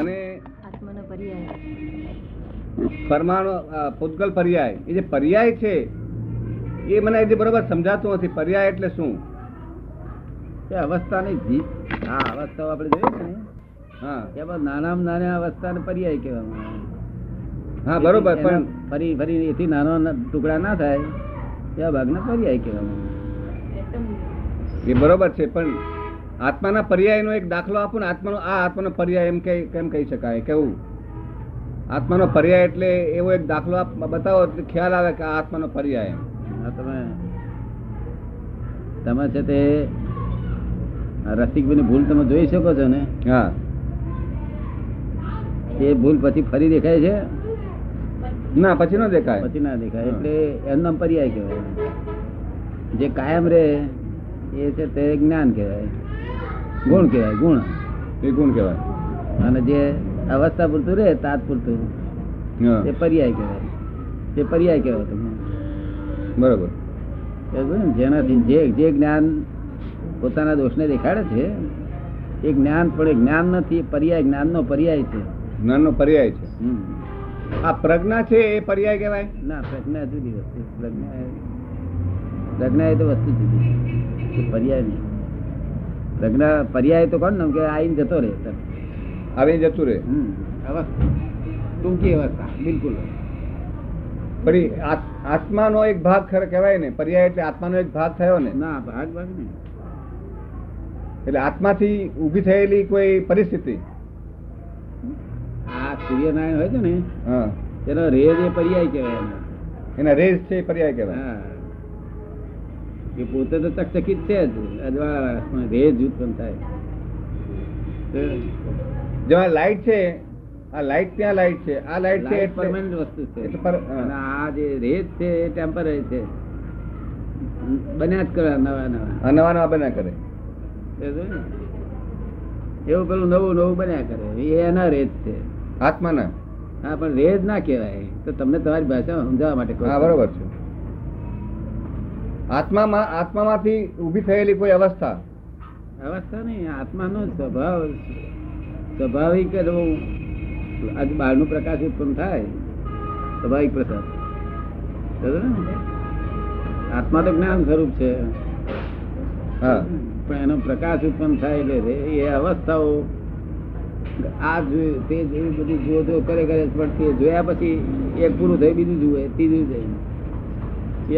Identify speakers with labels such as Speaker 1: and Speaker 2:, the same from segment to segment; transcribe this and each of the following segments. Speaker 1: અને
Speaker 2: આત્માનો પર્યાય
Speaker 1: પરમાણુ અ, પૂતગલ પર્યાય એ જે પર્યાય છે એ મને હજી બરોબર સમજાતું નથી પર્યાય એટલે શું
Speaker 3: તે અવસ્થાની જી આ અવસ્થાઓ આપણે જોઈએ છે ને
Speaker 1: હા
Speaker 3: તેમાં નાનામાં નાના અવસ્થાને પર્યાય કહેવામાં આવે
Speaker 1: હા બરોબર પણ
Speaker 3: એના ફરી ફરી એથી નાનો ન- ટુકડા ના થાય તેવા ભાગને પર્યાય કહેવામાં આવે.
Speaker 1: એ બરોબર છે પણ આત્માના પર્યાયનો એક દાખલો આપો ને આત્માનો આ આત્માનો પર્યાય એમ કઈ કેમ કહી શકાય કેવું આત્માનો પર્યાય એટલે એવો એક દાખલો આપ બતાવો એટલે ખ્યાલ આવે કે આ આત્માનો પર્યાય એમ.
Speaker 3: આ તમે તમે છે તે આ રસિકભાઈની ભૂલ તમે જોઈ શકો છો ને
Speaker 1: હા
Speaker 3: એ ભૂલ પછી ફરી દેખાય છે
Speaker 1: ના પછી ન દેખાય
Speaker 3: પછી ના દેખાય
Speaker 1: હા.
Speaker 3: એટલે એનું નામ પર્યાય કહેવાય જે કાયમ રહે એ છે તે જ્ઞાન કહેવાય ગુણ કહેવાય ગુણ
Speaker 1: એ ગુણ કહેવાય
Speaker 3: અને જે અવસ્થા પૂરતું રહે તાત પૂરતું
Speaker 1: હા,
Speaker 3: તે પર્યાય કહેવાય તે પર્યાય કહેવાય તમને
Speaker 1: બરોબર
Speaker 3: સમજો ને? જેનાથી જે જે જ્ઞાન પોતાના દોષને દેખાડે છે એ જ્ઞાન પણ એ જ્ઞાન નથી એ પર્યાય જ્ઞાનનો પર્યાય છે
Speaker 1: જ્ઞાનનો પર્યાય છે
Speaker 3: હમ.
Speaker 1: આ પ્રજ્ઞા છે એ પર્યાય કહેવાય
Speaker 3: ના પ્રજ્ઞા જુદી વસ્તુ પ્રજ્ઞા એ- પ્રજ્ઞા એ તો વસ્તુ જુદી એ પર્યાય નહીં પ્રજ્ઞા પર્યાય તો કોણ ને કે આઈને જતો રહે તરત.
Speaker 1: આવી જતું રહે
Speaker 3: હમ. અવસ્થા ટૂંકી અવસ્થા બિલકુલ
Speaker 1: પણ એ આ- આત્માનો એક ભાગ ખરે કહેવાય ને પર્યાય એટલે આત્માનો એક ભાગ થયો ને
Speaker 3: ના ભાગ ભાગ નહીં
Speaker 1: એટલે આત્માથી ઊભી થયેલી કોઈ પરિસ્થિતિ
Speaker 3: આ સૂર્યનારાયણ હોય છે ને
Speaker 1: હા
Speaker 3: તેનો રેજ એ પર્યાય કહેવાય એનો.
Speaker 1: એના રેસ છે એ પર્યાય કહેવાય
Speaker 3: હા એ પોતે તો ચકચકિત છે જ અજવાળાવાળા. પણ રેજ ઉત્પન્ન થાય તો
Speaker 1: જેમાં લાઈટ છે આ લાઈટ ત્યાં લાઈટ છે આ લાઈટ છે
Speaker 3: light
Speaker 1: એટલે
Speaker 3: permanent વસ્તુ છે
Speaker 1: એટલે પર- હા.
Speaker 3: અને આ જે રેજ છે એ temporary છે બન્યા જ કરવા નવા નવા
Speaker 1: આ નવા નવા બન્યા કરે
Speaker 3: એ જોયું ને? એવું પેલું નવું નવું બન્યા કરે એ એના રેજ છે
Speaker 1: આત્માના
Speaker 3: હા પણ રેજ ના કહેવાય તો તમને તમારી ભાષામાં સમજાવવા માટે કહું
Speaker 1: હા
Speaker 3: છું.
Speaker 1: બરોબર છે આત્મામાં આત્મામાંથી ઊભી થયેલી કોઈ અવસ્થા
Speaker 3: અવસ્થા નહીં આત્માનો સ્વભાવ સ્વાભાવિક જ એવું આજ બહારનું પ્રકાશ ઉત્પન્ન થાય સ્વાભાવિક પ્રસાદ સમજો ને? આત્મા તો જ્ઞાન સ્વરૂપ છે
Speaker 1: હા
Speaker 3: પણ એનો પ્રકાશ ઉત્પન્ન થાય એટલે રે- એ અવસ્થાઓ આ જોયું તે જોયું બધું જુઓ તો કરે કરે જ પણ તે જોયા પછી એક પૂરું થઈ બીજું જુએ ત્રીજું જાય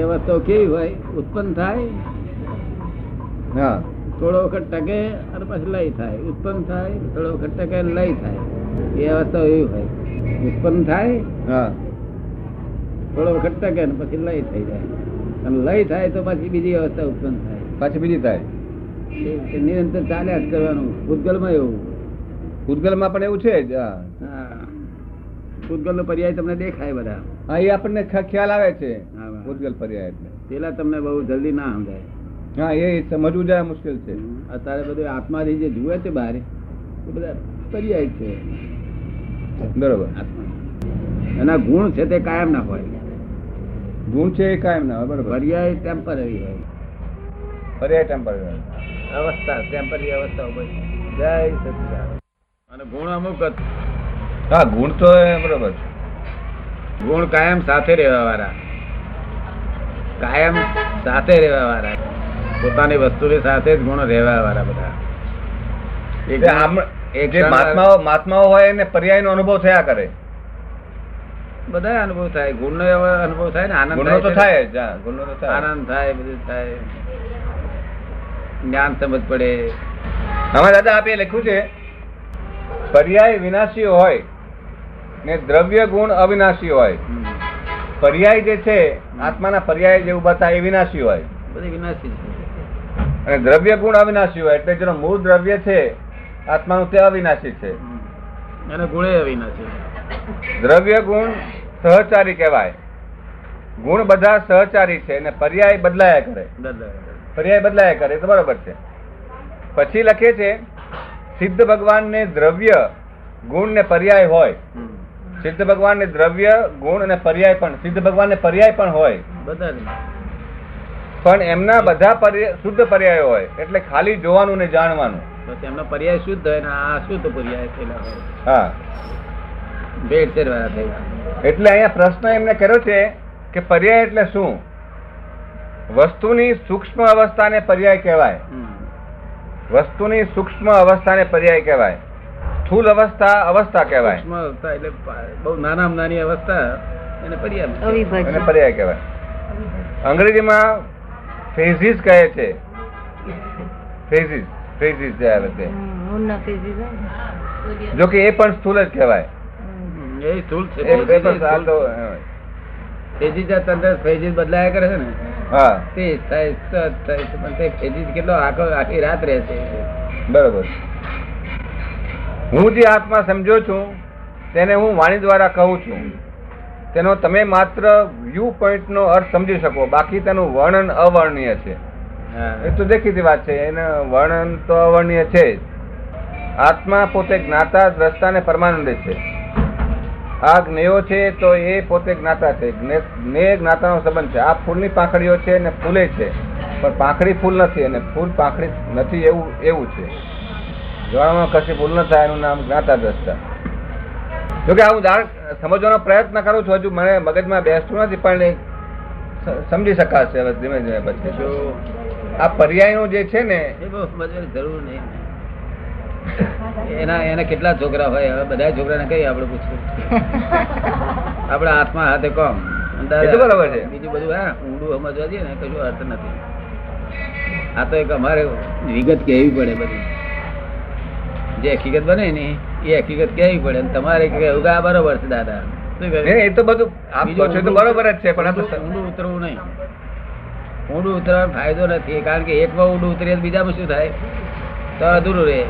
Speaker 3: એ અવસ્થાઓ કેવી હોય ઉત્પન્ન થાય
Speaker 1: હા
Speaker 3: થોડો વખત ટકે અને પછી લય થાય ઉત્પન્ન થાય થોડો વખત ટકે અને લય થાય એ અવસ્થા એવી હોય ઉત્પન્ન થાય
Speaker 1: હા
Speaker 3: થોડો વખત ટકે અને પછી લય થઈ જાય અને લય થાય તો પછી બીજી અવસ્થા ઉત્પન્ન થાય
Speaker 1: પાછી બીજી થાય
Speaker 3: એ- એ નિરંતર ચાલ્યા જ કરવાનું ભૂતગલમાં એવું
Speaker 1: ભૂતગલમાં પણ એવું છે જ હા
Speaker 3: હા ભૂતગલનો પર્યાય તમને દેખાય બધા
Speaker 1: હા એ આપણને ખ- ખ્યાલ આવે છે
Speaker 3: હા, હા.
Speaker 1: ભૂતગલ પર્યાય એટલે
Speaker 3: પેલા તમને બહુ જલ્દી ના સમજાય
Speaker 1: હા એ સમજવું જાય મુશ્કેલ છે
Speaker 3: અત્યારે બધું આત્માથી જે જુએ છે બહાર એ બધા પર્યાય છે
Speaker 1: બરોબર
Speaker 3: આત્મા એના ગુણ છે તે કાયમ ના હોય
Speaker 1: ગુણ છે એ કાયમ ના હોય, બરોબર
Speaker 3: પર્યાય ટેમ્પરરી હોય
Speaker 1: પર્યાય ટેમ્પરરી
Speaker 3: અવસ્થા ટેમ્પરરી અવસ્થા હોય જય સચિદાન અને ગુણ અમુક જ.
Speaker 1: હા ગુણ તો એ બરોબર છે.
Speaker 3: ગુણ કાયમ સાથે રહેવા વાળા કાયમ સાથે રહેવા વાળા પોતાની વસ્તુની સાથે જ ગુણ રહેવા વાળા બધા એક
Speaker 1: જે આમ-
Speaker 3: એક
Speaker 1: જે
Speaker 3: ક્ષણ-
Speaker 1: મહાત્માઓ મહાત્માઓ હોય એને પર્યાયનો અનુભવ થયા કરે
Speaker 3: બધા અનુભવ થાય ગુણનો એવો અનુભવ થાય ને આનંદ
Speaker 1: ગુણનો તો
Speaker 3: છે.
Speaker 1: થાય જ હા, ગુણનો તો થાય.
Speaker 3: આનંદ થાય બધું થાય જ્ઞાન સમજ પડે
Speaker 1: આમાં દાદા આપે લખ્યું છે પર્યાય વિનાશી હોય ને દ્રવ્ય ગુણ અવિનાશી હોય
Speaker 3: હમ.
Speaker 1: પર્યાય જે છે આત્માના પર્યાય જે ઉભા થાય એ વિનાશી હોય
Speaker 3: બધી વિનાશી છે
Speaker 1: અને દ્રવ્ય ગુણ અવિનાશી હોય એટલે જેનું મૂળ દ્રવ્ય છે આત્માનું તે અવિનાશી છે
Speaker 3: હમ. અને ગુણે અવિનાશી
Speaker 1: દ્રવ્ય ગુણ સહચારી કહેવાય ગુણ બધા સહચારી છે અને પર્યાય બદલાયા કરે
Speaker 3: દાદા
Speaker 1: પર્યાય બદલાયા કરે તો બરોબર છે પછી લખે છે સિદ્ધ ભગવાનને દ્રવ્ય ગુણ ને પર્યાય હોય
Speaker 3: હમ.
Speaker 1: સિદ્ધ ભગવાનને દ્રવ્ય ગુણ અને પર્યાય પણ સિદ્ધ ભગવાનને પર્યાય પણ હોય
Speaker 3: બધા જ.
Speaker 1: પણ એમના બધા પર્ય- શુદ્ધ પર્યાય હોય એટલે ખાલી જોવાનું ને જાણવાનું
Speaker 3: તો તેમનો પર્યાય શુદ્ધ હોય ને આ અશુદ્ધ પર્યાય થયેલા હોય
Speaker 1: હા
Speaker 3: ભેળસેળ વાળા થયેલા
Speaker 1: એટલે અહીંયા પ્રશ્ન એમને કર્યો છે કે પર્યાય એટલે શું વસ્તુની સૂક્ષ્મ અવસ્થાને પર્યાય કહેવાય વસ્તુની સૂક્ષ્મ અવસ્થાને પર્યાય કહેવાય સ્થૂલ અવસ્થા અવસ્થા કહેવાય
Speaker 3: સૂક્ષ્મ અવસ્થા એટલે પા- બહુ નાનામાં નાની અવસ્થા એને પર્યાય કહે.
Speaker 1: એને
Speaker 2: અવિભાજ્ય
Speaker 1: પર્યાય કહેવાય અંગ્રેજીમાં ફેઝિસ કહે છે ફેઝિસ ફેઝિસ જે આવે તે
Speaker 2: હમ, ઊનના phases હોય ને.
Speaker 1: જો કે એ પણ સ્થૂલ જ કહેવાય
Speaker 2: હમ.
Speaker 3: હમ, એ સ્થૂળ છે
Speaker 1: એ- એ પણ આ તો
Speaker 3: ફેજીસ આ તંત્ર ફેજીસ બદલાયા કરે છે ને
Speaker 1: હા
Speaker 3: તે જ થાય સહજ થાય છે. પણ તે ફેજીસ કેટલો આખો આખી રાત રહે છે
Speaker 1: બરોબર હું જે આત્મા સમજો છું તેને હું વાણી દ્વારા કહું છું તેનો તમે માત્ર વ્યૂ પોઈન્ટનો અર્થ સમજી શકો બાકી તેનું વર્ણન અવર્ણનીય છે એ
Speaker 3: હા
Speaker 1: તો દેખીતી વાત છે એને વર્ણન તો અવર્ણનીય છે જ. આત્મા પોતે જ્ઞાતા દ્રષ્ટા ને પરમાનંદ છે આ જ્ઞેયો છે તો એ પોતે જ્ઞાતા છે જ્ઞે જ્ઞેય જ્ઞાતાનો સંબંધ છે આ ફૂલની પાંખડીઓ છે અને ફૂલે છે પણ પાંખડી ફૂલ નથી અને ફૂલ પાંખડી નથી એવું એવું છે જોવામાં કશી ભૂલ ન થાય એનું નામ જ્ઞાતા દ્રષ્ટા જોકે આ હું દાળ સમજવાનો પ્રયત્ન કરું છું હજુ મને મગજમાં બેસતું નથી પણ એ સ- સમજી શકાશે હવે ધીમે ધીમે પછી
Speaker 3: જો
Speaker 1: આ પર્યાયનું જે છે ને
Speaker 3: એ બહુ સમજવાની જરૂર નહીં એના એના કેટલા છોકરા હોય હવે બધા છોકરાને કઈ આપણે પૂછવું આપણા હાથમાં હાથે કોમ
Speaker 1: એ તો બરાબર છે.
Speaker 3: બીજું બધું હા ઊંડું સમજવા જઈએ ને કશું અર્થ નથી આ તો એક અમારે વિગત કહેવી પડે બધી જે હકીકત બને ને એ હકીકત કહેવી પડે અને તમારે કહેવું કે આ બરોબર છે દાદા શું કહે?
Speaker 1: ને એ તો બધું આપ કહો છો એ તો
Speaker 3: બીજું
Speaker 1: બરોબર જ છે પણ આ તો
Speaker 3: ઊંડું- ઊંડું ઉતરવું નહીં ઊંડું ઉતરવાનો ફાયદો નથી કારણ કે એકમાં ઊંડું ઉતરીએ તો બીજામાં શું થાય તો અધૂરું રહે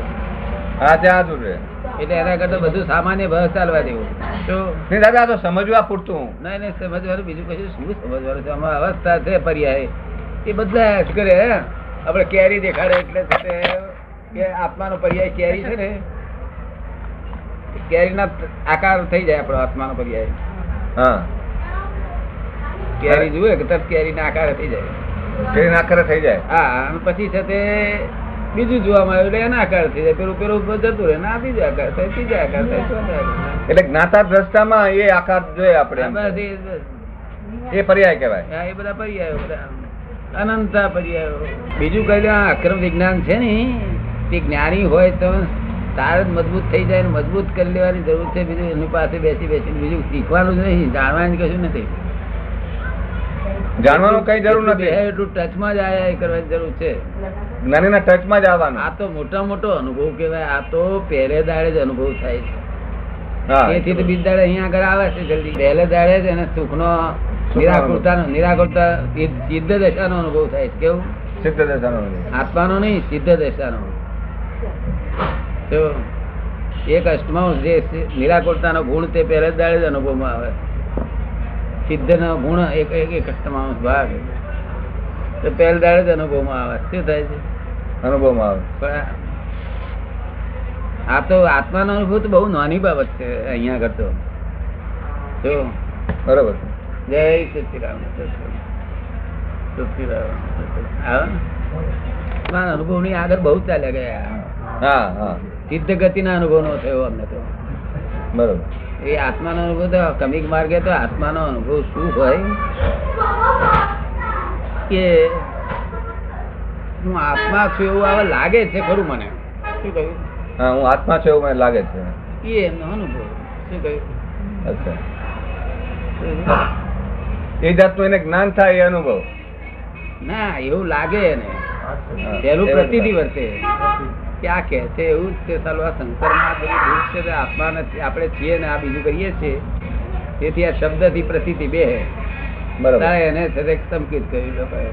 Speaker 1: હા ત્યાં દૂર રહે
Speaker 3: એટલે એના કરતા બધું સામાન્ય ભાવ ચાલવા દેવું શું
Speaker 1: નહીં દાદા આ તો સમજવા પૂરતું
Speaker 3: ના એને સમજવાનું બીજું કશું શું સમજવાનું છે આમાં અવસ્થા છે પર્યાય એ બદલાયા જ કરે હે. આપણે કેરી દેખાડે એટલે છે તે કે આત્માનો પર્યાય કેરી છે ને કેરીના આકાર થઈ જાય આપણો આત્માનો પર્યાય
Speaker 1: હા
Speaker 3: કેરી જુએ કે તરત કેરીના આકાર થઈ જાય
Speaker 1: એ નાખરે થઈ જાય
Speaker 3: હા અને પછી છે તે બીજું જોવામાં આવ્યું એટલે એના આકાર થઈ જાય પેલું પેલું ઉપર જતું રહે ના બીજો આકાર થાય ત્રીજા આકાર થાય ચોથા આકાર
Speaker 1: એટલે જ્ઞાતા દ્રષ્ટામાં એ આકાર જોઈએ આપણે
Speaker 3: થાય. બસ
Speaker 1: એમ.
Speaker 3: એ- બસ.
Speaker 1: એ પર્યાય કહેવાય
Speaker 3: હા, એ બધા પર્યાયો બધા અનંતા પર્યાયો બીજું કહ્યું આ અક્રમ વિજ્ઞાન છે ને તે જ્ઞાની હોય તો તાર જ મજબૂત થઈ જાય ને મજબૂત કરી લેવાની જરૂર છે બીજું એની પાસે બેસી બેસીને બીજું શીખવાનું જ નહીં જાણવાનું કશું નથી
Speaker 1: જાણવાનું કઈ જરૂર
Speaker 3: એટલું બેહાય
Speaker 1: નથી
Speaker 3: એટલું ટચમાં જ આયા એ કરવાની જરૂર છે
Speaker 1: જ્ઞાનીના ટચમાં જ આવવાનું
Speaker 3: આ તો મોટા મોટો અનુભવ કહેવાય આ તો પહેલે દાડે જ અનુભવ થાય છે
Speaker 1: હા
Speaker 3: તેથી તો બીજ દાડે અહીંયા આગળ આવે છે જલ્દી પહેલે દાડે જ એને સુખનો નિરાકુરતાનો નિરાકુરતા સિદ્ધ દશાનો અનુભવ થાય છે કેવું
Speaker 1: સિદ્ધ દર્શન
Speaker 3: આત્માનો નહીં સિદ્ધ દશાનો તો એક અષ્ટમાં જે નિરાકુરતાનો ગુણ તે પહેલે જ દાડે જ અનુભવમાં આવે સિદ્ધનો ગુણ એક એક એક અષ્ટમાંશ ભાગ તો પહેલે દાડે જ અનુભવમાં આવે શું થાય છે
Speaker 1: અનુભવમાં આવે
Speaker 3: પણ આ- આ તો આત્માનો અનુભવ તો બહુ નાની બાબત છે અહીંયા આગળ તો જો
Speaker 1: બરોબર
Speaker 3: જય સચિરામ સચિરામ આત્માના અનુભવની આગળ બહુ ચાલ્યા ગયા
Speaker 1: હા હા
Speaker 3: સિદ્ધ ગતિના અનુભવ નો થયો અમને તો
Speaker 1: બરોબર
Speaker 3: એ આત્માનો અનુભવ તો કમિક માર્ગે તો આત્માનો અનુભવ શું હોય કે હું આત્મા છું એવું હવે લાગે છે ખરું મને શું કહ્યું
Speaker 1: હા હું આત્મા છું એવું મને લાગે છે
Speaker 3: એ એમનો અનુભવ શું કહ્યું
Speaker 1: અચ્છા એ જાતનું એને જ્ઞાન થાય એ અનુભવ
Speaker 3: ના એવું લાગે એને
Speaker 1: હા,
Speaker 3: પહેલું
Speaker 1: એ
Speaker 3: પ્રતિથી
Speaker 1: વાત.
Speaker 3: વર્તે કે આ કહે છે એવું જ છે સાલું આ સંસારમાં આ બધું દુઃખ છે તે આત્મા નથી આપણે છીએ ને આ બીજું કરીએ છીએ તેથી આ શબ્દથી પ્રતિથી બે
Speaker 1: બરોબર
Speaker 3: તારે એને છે તે સંકેત કર્યું લોકોએ.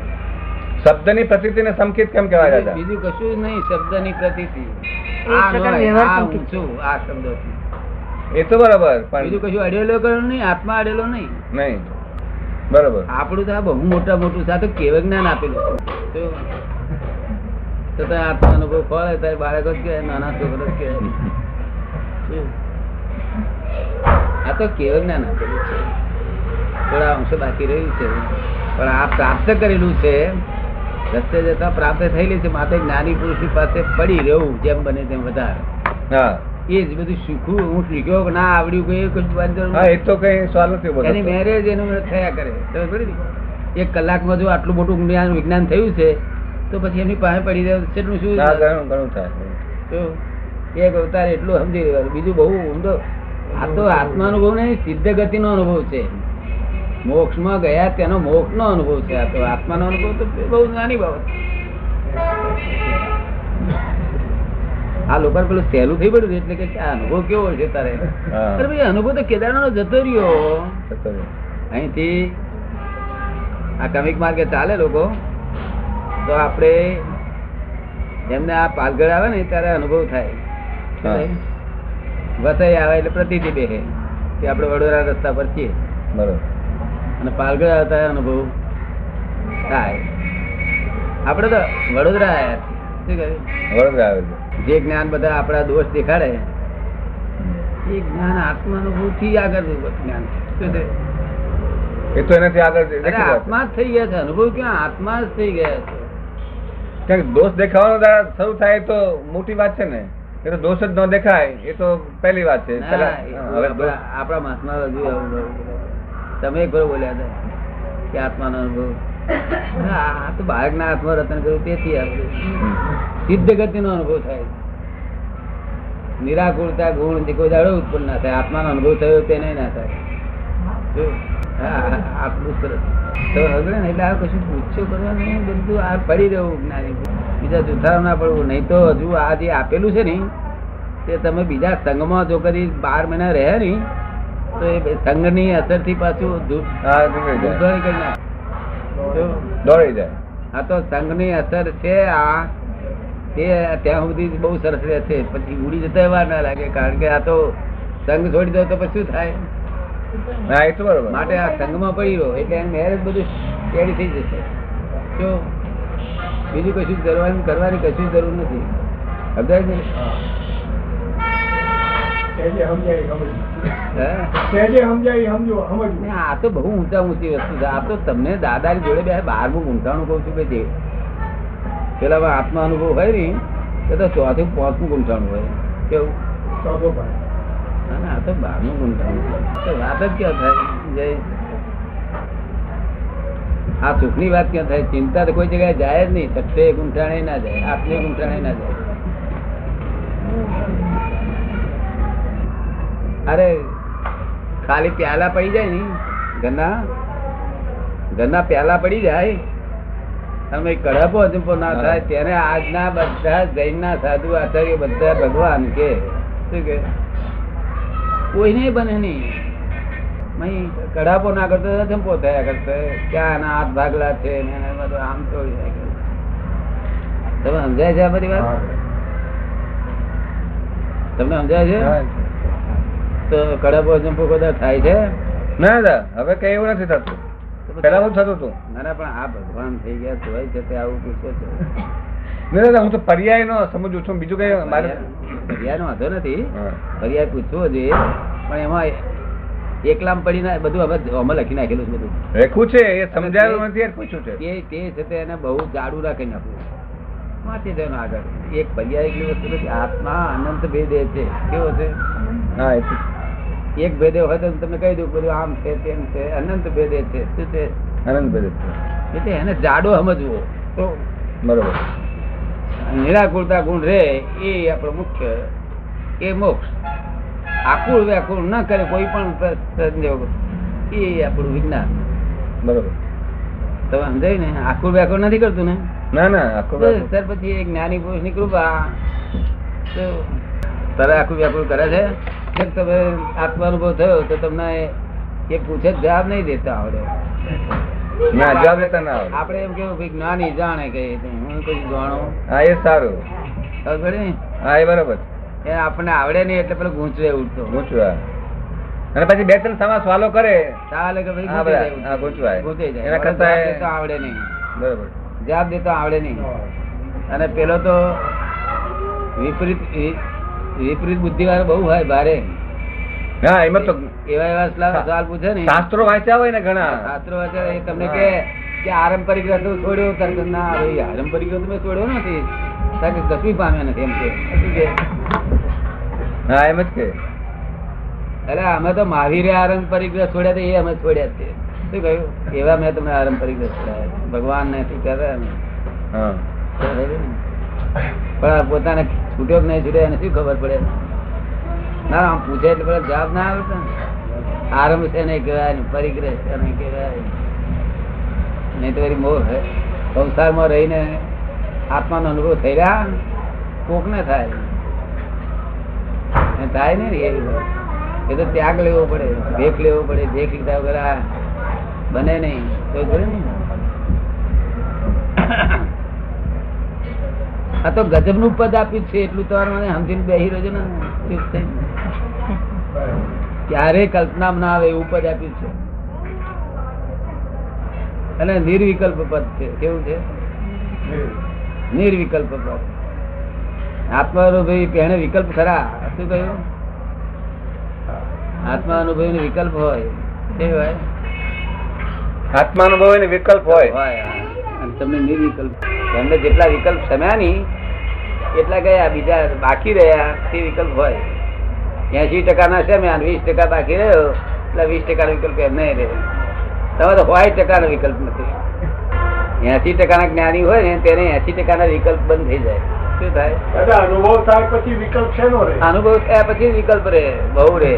Speaker 1: શબ્દની પ્રતિને સંકેત કેમ કહેવાય દાદા
Speaker 3: બીજું કશું જ નહીં શબ્દની પ્રતિથી
Speaker 2: એક
Speaker 3: આ
Speaker 2: પ્રકાર
Speaker 3: નોય,
Speaker 2: વ્યવહાર
Speaker 3: આ હું
Speaker 2: સંકેત.
Speaker 3: છું, આ શબ્દોથી.
Speaker 1: એ તો બરાબર
Speaker 3: બીજું
Speaker 1: પણ
Speaker 3: કશું અડેલો કર્યો નહીં આત્મા અડેલો નહીં
Speaker 1: નહીં બરોબર
Speaker 3: આપણું તો આ બહુ મોટા મોટું સાથે કેવ જ્ઞાન આપેલું છે. તો છતાં આત્મા અનુભવ ખોળે ત્યારે બાળકો જ કહે નાના છોકરો જ કહે શું? આ તો કેવ જ્ઞાન આપેલું છે થોડા અંશ બાકી રહ્યું છે પણ આ પ્રાપ્ત કરેલું છે રસ્તે જતા પ્રાપ્ત થયેલી છે માટે જ્ઞાની પુરુષની પાસે પડી રહેવું જેમ બને તેમ વધારે
Speaker 1: હા
Speaker 3: એ જ બધું શીખવું હું શીખ્યો કે ના આવડ્યું કે એ કશું વાંધો નહીં.
Speaker 1: હા એ તો કઈ સવાલ નથી ઉભો
Speaker 3: એની
Speaker 1: થતો.
Speaker 3: મેરેજ એનું થયા કરે તમે સમજી ને? એક કલાકમાં જો આટલું મોટું જ્ઞાન વિજ્ઞાન થયું છે તો પછી એમની પાસે પડી રહ્યો કેટલું શું
Speaker 1: ના, ઘણું ઘણું થાય
Speaker 3: તો એક અવતાર એટલું સમજી લેવાનું બીજું બહુ ઊંડો આ તો આત્મા અનુભવ નહીં સિદ્ધ ગતિનો અનુભવ છે મોક્ષમાં ગયા તેનો મોક્ષનો અનુભવ છે આ તો આત્માનો અનુભવ તો બહુ નાની બાબત આ લોકો પેલું સહેલું થઈ પડ્યું એટલે કે આ અનુભવ કેવો છે તારે
Speaker 1: હા.
Speaker 3: અરે ભાઈ અનુભવ તો કેદારનો જતો રહ્યો
Speaker 1: થતો રહે.
Speaker 3: અહીંથી આ કમિક માર્ગે ચાલે લોકો તો આપણે એમને આ પાલગઢ આવે ને ત્યારે અનુભવ
Speaker 1: હા.
Speaker 3: થાય વસાઈ આવે એટલે પ્રતિથી બેહે કે આપણે વડોદરા રસ્તા પર છીએ
Speaker 1: બરોબર
Speaker 3: અને પાલગઢ આવે ત્યારે અનુભવ થાય આપણે તો વડોદરા આવ્યા છીએ. શું કહ્યું?
Speaker 1: વડોદરા આવે છે
Speaker 3: જે જ્ઞાન બધા આપણા દોષ દેખાડે
Speaker 1: હમ.
Speaker 3: એ જ્ઞાન આત્માનુભૂતિ આગળ જ્ઞાન છે શું છે
Speaker 1: એ તો એનાથી આગળ દેખી
Speaker 3: અરે
Speaker 1: જાય છે.
Speaker 3: આત્મા જ થઈ ગયા છે અનુભવ ક્યાં આત્મા જ થઈ ગયા છે
Speaker 1: ક્યાંક દોષ દેખાવાનો દાડા શરૂ થાય તો મોટી વાત છે ને એ તો દોષ જ ન દેખાય એ તો પહેલી વાત છે
Speaker 3: ના,
Speaker 1: પેલા-
Speaker 3: એ
Speaker 1: હા, હવે
Speaker 3: આપણા
Speaker 1: દોષ-
Speaker 3: આપણા માસમાં હજુ આવું બહુ. તમે એક વાર બોલ્યા હતા કે આત્માનો અનુભવ ના, આ તો બાળકના હાથમાં રતન કર્યું તેથી આવ્યું.
Speaker 1: હમ.
Speaker 3: સિદ્ધ ગતિનો અનુભવ થાય છે. નિરાકુરતા ગુણ જે કોઈ દાડો ઉત્પન્ન ના થાય આત્માનો અનુભવ થયો તેને ના થાય જો, હા, હા, આટલું સરસ તો હવે ને એટલે આ કશું પૂછ્યો કરવાનું નહીં, બધું આ પડી રહ્યું જ્ઞાની બીજા જૂઠારા ના પડવું નહીં તો હજુ આ જે આપેલું છે ને તે તમે બીજા સંઘમાં જો કરી બાર મહિના રહ્યા ને તો એ સંઘની અસરથી પાછું ધૂપ
Speaker 1: હા, નીકળી જાય.
Speaker 3: ધૂપધોળી કરી નાખે. જો.
Speaker 1: દોડી જાય
Speaker 3: આ તો સંઘની અસર છે આ તે ત્યાં સુધી બહુ સરસ રહે છે પછી ઉડી જતા એવા ના લાગે કારણ કે આ તો સંઘ છોડી દો તો પછી શું થાય
Speaker 1: હા એ તો બરોબર
Speaker 3: માટે આ સંઘમાં પડી રહ્યો એટલે એની મેરેજ બધું કેરી થઈ જશે જો બીજું કશું કરવાની કરવાની કશું જરૂર નથી સમજાય છે હે? ને આ તો બહુ ઊંચા ઊંચી વસ્તુ છે આ તો તમને દાદાની જોડે બે બારમું ગુંઠાણું કહું છું કે જે પેલામાં આત્મા અનુભવ હોય ને એ તો ચોથી પાંચમું ગુંઠાણું હોય કેવું ના, ના, આ તો બહારનું ગુંઠાણું છે. તો વાત જ ક્યાં થાય જય આ સુખની વાત ક્યાં થાય ચિંતા તો કોઈ જગ્યાએ જાય જ નહીં સત્ય ગુંઠાણે ના જાય આત્મીય ગુંઠાણે ના જાય અરે ખાલી પ્યાલા પડી જાય ને ઘરના ઘરના પ્યાલા પડી જાય તમે કડપો જંપો ના
Speaker 1: હા.
Speaker 3: થાય ત્યારે આજના બધા જૈનના સાધુ આચાર્ય બધા ભગવાન કે શું કે કોઈને બને નહીં મહી કડાપો ના કરતો તો જંપો થયા કરતો ક્યાં એના હાથ ભાગલા છે ને એને બધું આમ તોડી નાખ્યું. તમે સમજાય છે આ બધી વાત તમને સમજાય છે
Speaker 1: હા.
Speaker 3: તો કડાપો જંપો કદાચ થાય છે
Speaker 1: ના દાદા હવે કઈ એવું નથી થતું પેલા બહુ થતું હતું
Speaker 3: ના ના, પણ આ ભગવાન થઈ ગયા તોય છતાં આવું પૂછો છો
Speaker 1: નહીં દાદા હું તો પર્યાય નો સમજુ છું બીજું કઈ મારે
Speaker 3: ફરિયાદ વાંધો નથી
Speaker 1: હા.
Speaker 3: ફરિયાદ પૂછવો જોઈએ પણ એમાં એકલામ પડી ના બધું હવે અમે લખી નાખેલું છે બધું
Speaker 1: રેખું છે એ સમજાયું નથી એ પૂછ્યું છે
Speaker 3: તે તે છે તે એને બહુ જાડું રાખી નાખવું વાંચી દેવાનું આગળ એક પર્યાય એટલી વસ્તુ નથી આત્મા અનંત ભેદે છે કેવો છે
Speaker 1: હા એ તો
Speaker 3: એક ભેદે હોય તો હું તમને કહી દઉં કે બધું આમ છે તેમ છે અનંત ભેદે છે શું છે
Speaker 1: આનંદભાઈ
Speaker 3: એટલે એને જાડો સમજવો તો
Speaker 1: બરોબર
Speaker 3: નિરાકુરતા ગુણ રહે એ આપણો મુખ્ય એ મોક્ષ આકુળ વ્યાકુળ ન કરે કોઈ પણ સંજોગ એ આપણું વિજ્ઞાન
Speaker 1: બરોબર
Speaker 3: તમે સમજાય ને આકુળ વ્યાકુળ નથી કરતું ને
Speaker 1: ના ના આખો
Speaker 3: બસ, ત્યાર પછી એક જ્ઞાની પુરુષ ની કૃપા તો તારે આખું વ્યાકુળ કરે છે કે તમે આત્મા અનુભવ થયો તો તમને એ પૂછે જ જવાબ નહીં દેતા આવડે
Speaker 1: ના જવાબ દેતા ના આવડે.
Speaker 3: આપણે એમ કેવું કે જ્ઞાની જાણે કે હું કઈ જાણો
Speaker 1: હા એ સારું
Speaker 3: ખબર પડી ને?
Speaker 1: હા એ બરોબર
Speaker 3: એ આપણને આવડે નહીં એટલે પેલો ગૂંચવે ઉડતો
Speaker 1: ગૂંચવા અને પછી બે ત્રણ સમાસ વાલો કરે
Speaker 3: ચાલે કે પછી
Speaker 1: હા,
Speaker 3: ગૂંચાઈ
Speaker 1: બરાબર.
Speaker 3: જાય.
Speaker 1: હા, ગૂંચવાય.
Speaker 3: ગૂંચાઈ જાય.
Speaker 1: એના
Speaker 3: વળી
Speaker 1: કરતા એ-
Speaker 3: જવાબ દેતો આવડે નહીં
Speaker 1: બરોબર
Speaker 3: જવાબ દેતો આવડે નહીં અને પેલો તો વિપરીત વિ- વિપરીત બુદ્ધિવાળો બહુ હોય ભારે
Speaker 1: હા એમાં તો
Speaker 3: એવા એવા સલા- સવાલ પૂછે ને
Speaker 1: શાસ્ત્રો વાંચ્યા હોય ને ઘણા
Speaker 3: શાસ્ત્રો વાંચે એ તમને
Speaker 1: હા.
Speaker 3: કે કે આરંપરિક રસ્તો છોડ્યો તર્ક ના આવે એ આરંપરિક રસ્તો મેં છોડ્યો નથી તર્ક કશું પામ્યા નથી એમ કે શું કે?
Speaker 1: હા એમ જ કે
Speaker 3: અરે અમે તો મહાવીરે આરંપરિક રસ છોડ્યા તો એ અમે છોડ્યા જ છે શું કહ્યું એવા મેં તમને આરંપરિક રસ છોડ્યા છે. ભગવાનને શું કરે ને.
Speaker 1: હા
Speaker 3: બરાબર ને? પણ આ પોતાને છૂટ્યો કે નહીં છૂટ્યો એને શું ખબર પડે ના આમ પૂછે એટલે પેલા જવાબ ના આવે ને આરંભ છે નહીં કહેવાય ને પરિગ્રહ છે નહીં કહેવાય નહીં તો વળી મોહ હે. સંસારમાં રહીને આત્માનો અનુભવ થઈ રહ્યા કોક ને થાય ને થાય ને રે એ બધું. એ તો ત્યાગ લેવો પડે ભેખ લેવો પડે ભેખ લીધા વગર આ બને નહીં તો જોયું ને આ તો ગજબ નું પદ આપ્યું છે એટલું તમારે મને સમજીને બેહી રહ્યો છે ને ચૂપ થઈને. ક્યારે કલ્પના ના આવે એવું પદ આપ્યું છે અને નિર્વિકલ્પ પદ છે કેવું છે નિર્વિકલ્પ પદ આત્મા અનુભવી એને વિકલ્પ ખરા શું કહ્યું આત્મા અનુભવી ને વિકલ્પ હોય કેવું હોય
Speaker 1: આત્માનુભવ એને વિકલ્પ હોય
Speaker 3: હોય હા. અને તમને નિર્વિકલ્પ તમને જેટલા વિકલ્પ સમયા ની એટલા ગયા બીજા બાકી રહ્યા તે વિકલ્પ હોય એસી ટકા ના સમ્યા વીસ ટકા બાકી રહ્યો એટલે વીસ ટકા વિકલ્પ એમ નહીં રહ્યો તમે તો હોય ટકાનો વિકલ્પ નથી એસી ટકાના જ્ઞાની હોય ને તેને એસી ટકાના વિકલ્પ બંધ થઈ જાય શું થાય
Speaker 2: દાદા અનુભવ થાય પછી વિકલ્પ શેનો રહે
Speaker 3: અનુભવ થયા પછી વિકલ્પ રે બહુ રે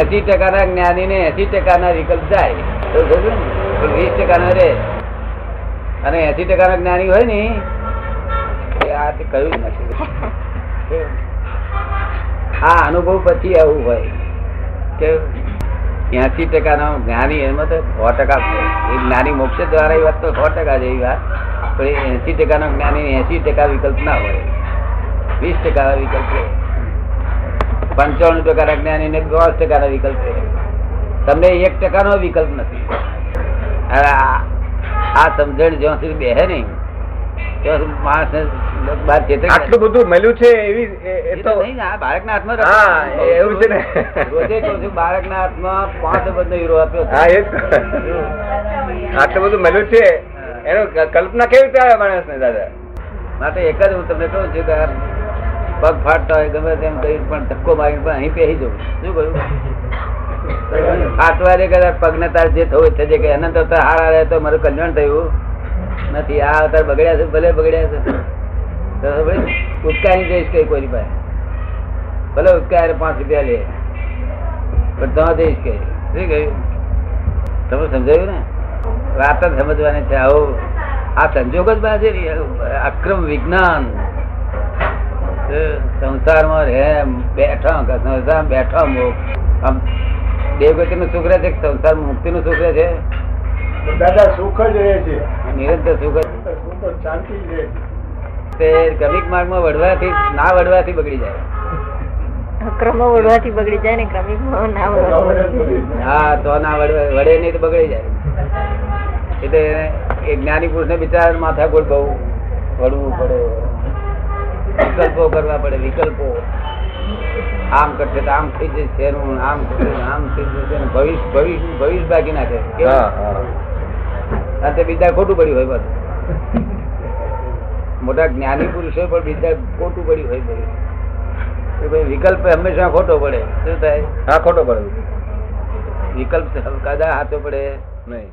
Speaker 3: એસી ટકાના જ્ઞાની ને એસી ટકાના વિકલ્પ જાય તો સમજ્યો ને? પણ વીસ ટકાના રે અને એસી ટકાના જ્ઞાની હોય ને એ આ તે કહ્યું જ નથી આ અનુભવ પછી આવું હોય કે એસી ટકાના જ્ઞાની એમાં તો સો ટકા છે. એ જ્ઞાની મોક્ષ દ્વારા એ વાત તો સો ટકા જેવી વાત પણ એસી ટકાના જ્ઞાની એસી ટકા વિકલ્પ ના હોય વીસ ટકા વિકલ્પ છે પંચાણું ટકા જ્ઞાની ને દોઢ ટકાનો વિકલ્પ છે તમને એક ટકાનો વિકલ્પ નથી હવે આ આ સમજણ જ્યાં સુધી બેહે નહીં ત્યાં સુધી માણસ બહાર છેતરી જાય.
Speaker 1: આટલું બધું મળ્યું છે એવી એ- એ
Speaker 3: એ
Speaker 1: તો
Speaker 3: તો નહીં ને, આ બાળકના હાથમાં
Speaker 1: હા,
Speaker 3: રખડતું નથી.
Speaker 1: એવું છે ને.
Speaker 3: રોજે કહું છું, બાળકના હાથમાં પાંચ બંધ હીરો આપ્યો છે.
Speaker 1: હા એ જ. આટલું બધું મળ્યું છે એનો ક- કલ્પના કેવી રીતે આવે માણસ ને દાદા
Speaker 3: માટે એક જ હું તમને કહું છું કે આ પગ ફાટતા હોય ગમે તેમ કરી પણ ધક્કો મારી પણ અહીં બેસી જવું શું કહ્યું ફાટવા દે કદાચ પગને તાર જે થવું છે જે કે અનંત અવતાર હારા રહે તો મારું કલ્યાણ થયું નથી આ અવતાર બગડ્યા છે ભલે બગડ્યા છે તો ભાઈ ઉચકાઈ જઈશ કઈ કોઈની પાસે ભલે ઉચકાય પાંચ રૂપિયા લે પણ તો જઈશ કઈ શું કહ્યું તમે સમજાયું ને વાત જ સમજવાની છે આવું આ સંજોગ જ બાજે ને. અક્રમ વિજ્ઞાન એ સંસારમાં રહેમ બેઠા સંસારમાં બેઠા મોક્ષ આમ દેવગતિનું સુખ રહે છે કે સંસારમાં મુક્તિનું સુખ રહે છે
Speaker 2: દાદા સુખ જ રહે છે
Speaker 3: નિરંતર સુખ જ.
Speaker 2: સુખ જ શાંતિ જ રહે છે
Speaker 3: તે ક્રમિક માર્ગમાં વળવાથી ના વળવાથી બગડી જાય
Speaker 4: ક્રમો વળવાથી બગડી જાય ને ક્રમિક ભાવ ના વળવાથી બગડી જાય.
Speaker 3: હા તો ના વળે વળે નહીં તો બગડી જાય એટલે એને- એ જ્ઞાની પુરુષને બિચારા માથા ગોળ બહુ વળવું પડે વિકલ્પો કરવા પડે વિકલ્પો આમ કરશે તો આમ થઈ જશે એનું આમ કરશે તો આમ થઈ જશે એનું ભવિષ્ય ભવિષ્ય ભવિષ્ય બાકી નાખે કેવું?
Speaker 1: હા હા
Speaker 3: અને તે બીજા ખોટું પડ્યું હોય બધું મોટા જ્ઞાની પુરુષો પણ બીજા ખોટું પડ્યું હોય બધું તો ભાઈ વિકલ્પ હંમેશા ખોટો પડે શું થાય
Speaker 1: હા ખોટો પડે
Speaker 3: વિકલ્પ કદા હાથો પડે
Speaker 1: નહીં